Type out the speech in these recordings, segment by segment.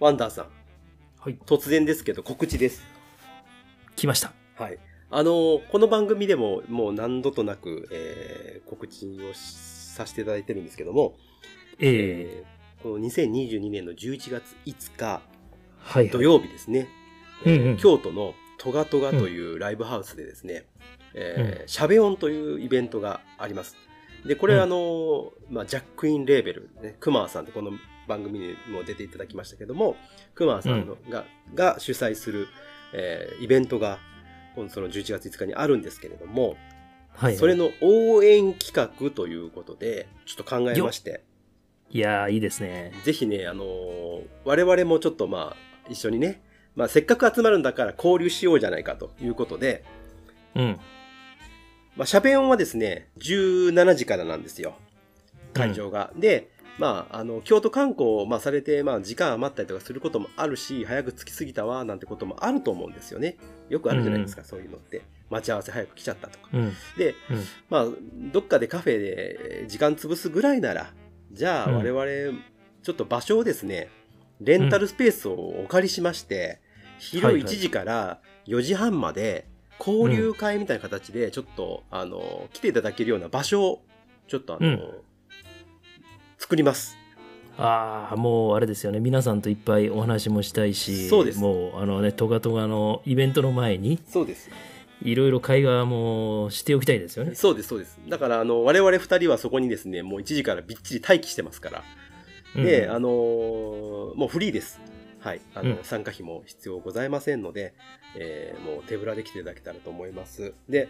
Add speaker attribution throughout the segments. Speaker 1: ワンダーさん、
Speaker 2: はい
Speaker 1: 突然ですけど告知です。
Speaker 2: 来ました。
Speaker 1: はい。あのーこの番組でももう何度となく、えー告知をしさせていただいてるんですけども、
Speaker 2: ええ
Speaker 1: ーこの2022年の11月5日
Speaker 2: はいはい。
Speaker 1: 土曜日ですね、
Speaker 2: うん
Speaker 1: えー
Speaker 2: うん
Speaker 1: 京都のトガトガというライブハウスでですね、えーシャベオンというイベントがあります。で、これ
Speaker 2: うん
Speaker 1: はあのー、まあ、ジャックインレーベル、ね、クマーさんってこの番組にも出ていただきましたけども、クマーさんのがが主催する、えーイベントが、このその11月5日にあるんですけれども、
Speaker 2: はいはい。
Speaker 1: それの応援企画ということで、ちょっと考えまして、
Speaker 2: いやー、いいですね。
Speaker 1: ぜひね、あのー我々もちょっとまあ、一緒にね、まあ、せっかく集まるんだから交流しようじゃないかということで、
Speaker 2: うん。
Speaker 1: まあ、シャベンはですね、17時からなんですよ。会場が。で、まあ、あの、京都観光を、まあ、されて、まあ、時間余ったりとかすることもあるし、早く着きすぎたわ、なんてこともあると思うんですよね。よくあるじゃないですか、そういうのって。待ち合わせ早く来ちゃったとか。
Speaker 2: うん。うん。
Speaker 1: で、
Speaker 2: うん
Speaker 1: まあ、どっかでカフェでえー時間潰すぐらいなら、じゃあ
Speaker 2: うん
Speaker 1: 我々、ちょっと場所をですね、レンタルスペースをお借りしまして、昼
Speaker 2: はいはい
Speaker 1: 1時から4時半まで、交流会みたいな形で、ちょっと、あの、来ていただけるような場所を、ちょっとあの、
Speaker 2: うん
Speaker 1: 作ります。
Speaker 2: ああ、もうあれですよね。皆さんといっぱいお話もしたいし、
Speaker 1: そうです
Speaker 2: もう、あのね、トガトガのイベントの前に、
Speaker 1: そうです。
Speaker 2: いろいろ会話もしておきたいですよね。
Speaker 1: そうです、そうです。だから、あの、我々2人はそこにですね、もう1時からびっちり待機してますから、で、
Speaker 2: うん
Speaker 1: あのーもうフリーです。はい。あの、
Speaker 2: うん
Speaker 1: 参加費も必要ございませんので、えーもう手ぶらで来ていただけたらと思います。で、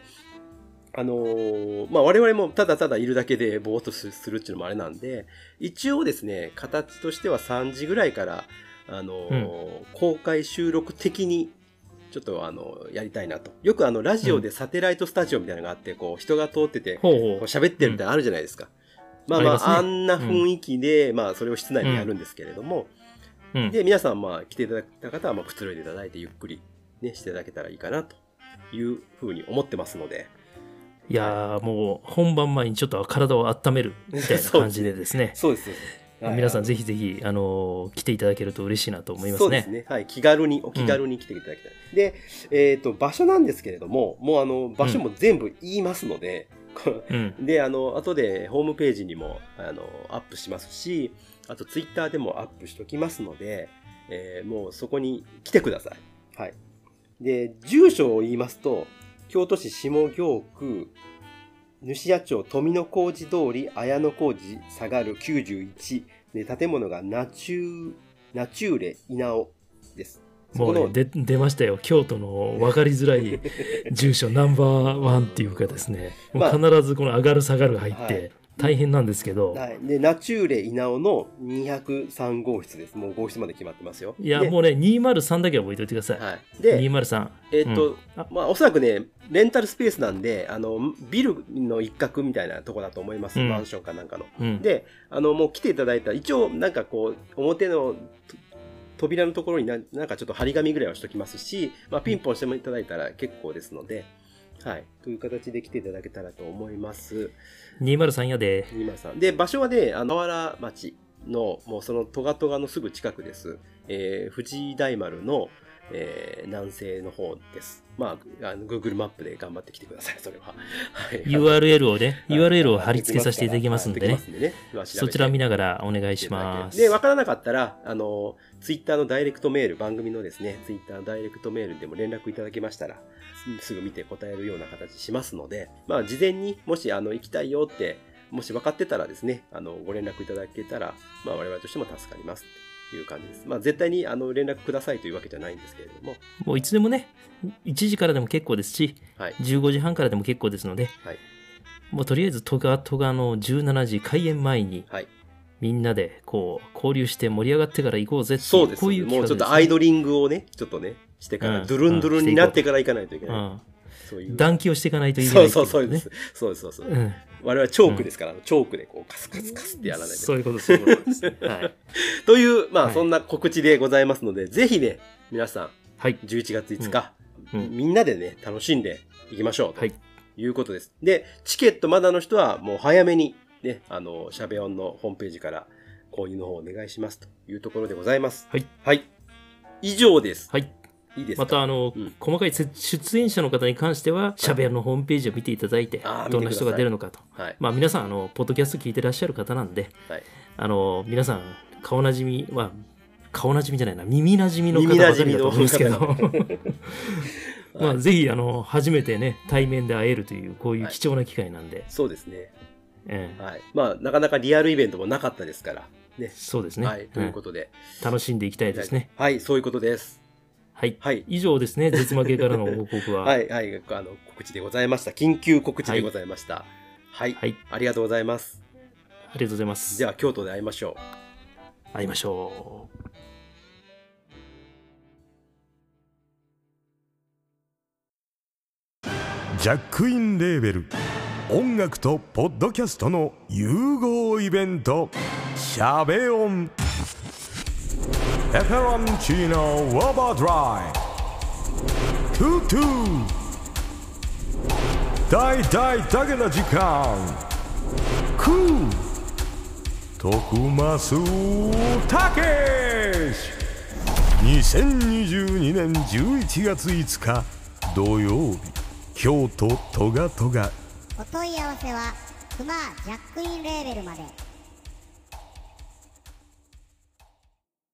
Speaker 1: あのーまあ、我々もただただいるだけでぼーっとすするっていうのもあれなんで、一応ですね、形としては3時ぐらいから、あのー公開収録的に、ちょっとあの、やりたいなと。よくあの、ラジオでサテライトスタジオみたいなのがあって、こう、人が通ってて、
Speaker 2: ほう
Speaker 1: こう
Speaker 2: ほう。
Speaker 1: 喋ってるみたいなのあるじゃないですか。まあま
Speaker 2: あり
Speaker 1: あ、
Speaker 2: ま
Speaker 1: あ
Speaker 2: すね
Speaker 1: んな雰囲気で、まあ、それを室内でやるんですけれども、
Speaker 2: うん
Speaker 1: で、皆さん、まあ、来ていただいた方は、まあ、くつろいでいただいて、ゆっくり、ね、していただけたらいいかな、というふうに思ってますので、
Speaker 2: いやー、もう本番前にちょっと体を温める みたいな感じでですね。
Speaker 1: そうです。
Speaker 2: 皆さん
Speaker 1: ぜ
Speaker 2: ぜひぜひ、あのー来ていただけると嬉しいなと思いますね。
Speaker 1: そうですね。はい。気軽に、お気軽に来ていただきたい。で、えっ、と、場所なんですけれども、もう、あの、場所も全部言いますので、この
Speaker 2: うん。
Speaker 1: で、あの、後でホームページにも、あの、アップしますし、あとツイッターでもアップしときますので、えーもうそこに来てください。はい。で、住所を言いますと、京都市下京区、主屋町富野小路通り綾野小路下がる91。で、建物がナチュー、ナチューレ稲尾です。
Speaker 2: もう
Speaker 1: そこ
Speaker 2: ね、
Speaker 1: の
Speaker 2: で出ましたよ京都の分かりづらい住所ナンバーワンっていうかです ね、
Speaker 1: まあ
Speaker 2: もう必ずこの上がる下がる入っ
Speaker 1: はい
Speaker 2: て大変なんですけど、
Speaker 1: はい。で、ナチューレ稲尾の203号室です。もう号室まで決まってますよ。
Speaker 2: いや
Speaker 1: で
Speaker 2: もうね203だけは覚えておいてください、
Speaker 1: はい。で、
Speaker 2: 203
Speaker 1: えっと、
Speaker 2: うんあ
Speaker 1: まあ、おそらくね、レンタルスペースなんで、あの、ビルの一角みたいなとこだと思います。
Speaker 2: うん
Speaker 1: マンションかなんかの。
Speaker 2: うん
Speaker 1: で、あの、もう来ていただいた、一応、なんかこう、表のと扉のところにな、なんかちょっと張り紙ぐらいはしときますし、まあ、ピンポンしてもいただいたら結構ですので、はい。という形で来ていただけたらと思います。
Speaker 2: 203やで
Speaker 1: 今さん。で、場所はね、あの、河原町の、もうそのトガトガのすぐ近くです。えー、藤井大丸の、えー、南西の方です。まあ、あの、Google マップで頑張ってきてください、それは。はい。
Speaker 2: URL をね
Speaker 1: はい
Speaker 2: URL を貼り付けさせていただきますんで
Speaker 1: はい
Speaker 2: ね
Speaker 1: 貼り付けますんでね
Speaker 2: そちら見
Speaker 1: な
Speaker 2: ながらお願いします
Speaker 1: で、わからなかったら、あの、ツイッターのダイレクトメール、番組のですね、ツイッターのダイレクトメールでも連絡いただけましたら、すぐ見て答えるような形しますので、まあ、事前にもし、あの、行きたいよって、もし分かってたらですね、あの、ご連絡いただけたら、まあ、我々としても助かります。という感じです。まあ、絶対に、あの、連絡くださいというわけじゃないんですけれども、
Speaker 2: もういつでもね1時からでも結構ですし
Speaker 1: はい。
Speaker 2: 15時半からでも結構ですので、
Speaker 1: はい
Speaker 2: もうとりあえずトガトガの17時開演前に
Speaker 1: はい。
Speaker 2: みんなでこう交流して盛り上がってから行こうぜってい
Speaker 1: そうです。
Speaker 2: こういう
Speaker 1: もう
Speaker 2: 企画
Speaker 1: ち
Speaker 2: で
Speaker 1: ょっ
Speaker 2: すね
Speaker 1: とアイドリングをね、ちょっとね、してから、
Speaker 2: うん
Speaker 1: ドゥルンドゥルンになってから行かないといけ
Speaker 2: う
Speaker 1: ない。
Speaker 2: ん、
Speaker 1: そういう。
Speaker 2: 暖気をしていかないといけな
Speaker 1: そ
Speaker 2: いうって
Speaker 1: そ
Speaker 2: いうこ
Speaker 1: そう
Speaker 2: とね
Speaker 1: です。そうですそうそう。
Speaker 2: うん
Speaker 1: 我々はチョークですから、チョークでこうカスカスカスってやらないと。
Speaker 2: そういうことですそういうことです、はい、
Speaker 1: という、まあ、
Speaker 2: はい
Speaker 1: そんな告知でございますので、ぜひね、皆さ
Speaker 2: はい
Speaker 1: ん、11月5日、
Speaker 2: うんうん
Speaker 1: みんなでね、楽しんでいきましょうと
Speaker 2: はい
Speaker 1: いうことです。で、チケットまだの人はもう早めに、ね、あの、シャベオンのホームページから購入の方お願いしますというところでございます。
Speaker 2: はい。
Speaker 1: はい。以上です。
Speaker 2: はい。
Speaker 1: いいですか
Speaker 2: また、あの、
Speaker 1: うん
Speaker 2: 細かいせ出演者の方に関しては、シャベアのホームページを見ていただいて
Speaker 1: あー、
Speaker 2: どんな人が出るのかと。
Speaker 1: はい。
Speaker 2: まあ、皆さん、あの、ポッドキャスト聞いてらっしゃる方なんで、
Speaker 1: はい
Speaker 2: あの、皆さん、顔なじみは、顔なじみじゃないな、耳なじみの方
Speaker 1: 耳
Speaker 2: ば
Speaker 1: な
Speaker 2: か
Speaker 1: じ
Speaker 2: り
Speaker 1: み
Speaker 2: だと
Speaker 1: の
Speaker 2: 思うんですけど、ま
Speaker 1: は
Speaker 2: あ、
Speaker 1: い
Speaker 2: ぜひ、あの、初めてね、対面で会えるという、こういう貴重な機会なんで、
Speaker 1: そうですね。
Speaker 2: ええ
Speaker 1: はい。まあ、なかなかリアルイベントもなかったですから。ね。
Speaker 2: そうですね、
Speaker 1: はい。ということで。
Speaker 2: うん楽しんでいきたいですね。
Speaker 1: はい、そういうことです。
Speaker 2: はい。
Speaker 1: はい。
Speaker 2: 以上ですね、絶負けからの報告は。
Speaker 1: はい、はい、あの、告知でございました。緊急告知でございました。はい。
Speaker 2: はい
Speaker 1: ありがとうございます。
Speaker 2: ありがとうございます。
Speaker 1: じゃあ、京都で会いましょう。
Speaker 2: 会いましょう。
Speaker 3: ジャックインレーベル音楽とポッドキャストの融合イベント「シャベオン」「エフェロンチーノウォーバードライ」「トゥトゥ」「大大だけな時間」「クー」「徳マスたけし」2022年11月5日土曜日京都トガトガ
Speaker 4: お問い合わせはクマージャックインレーベルまで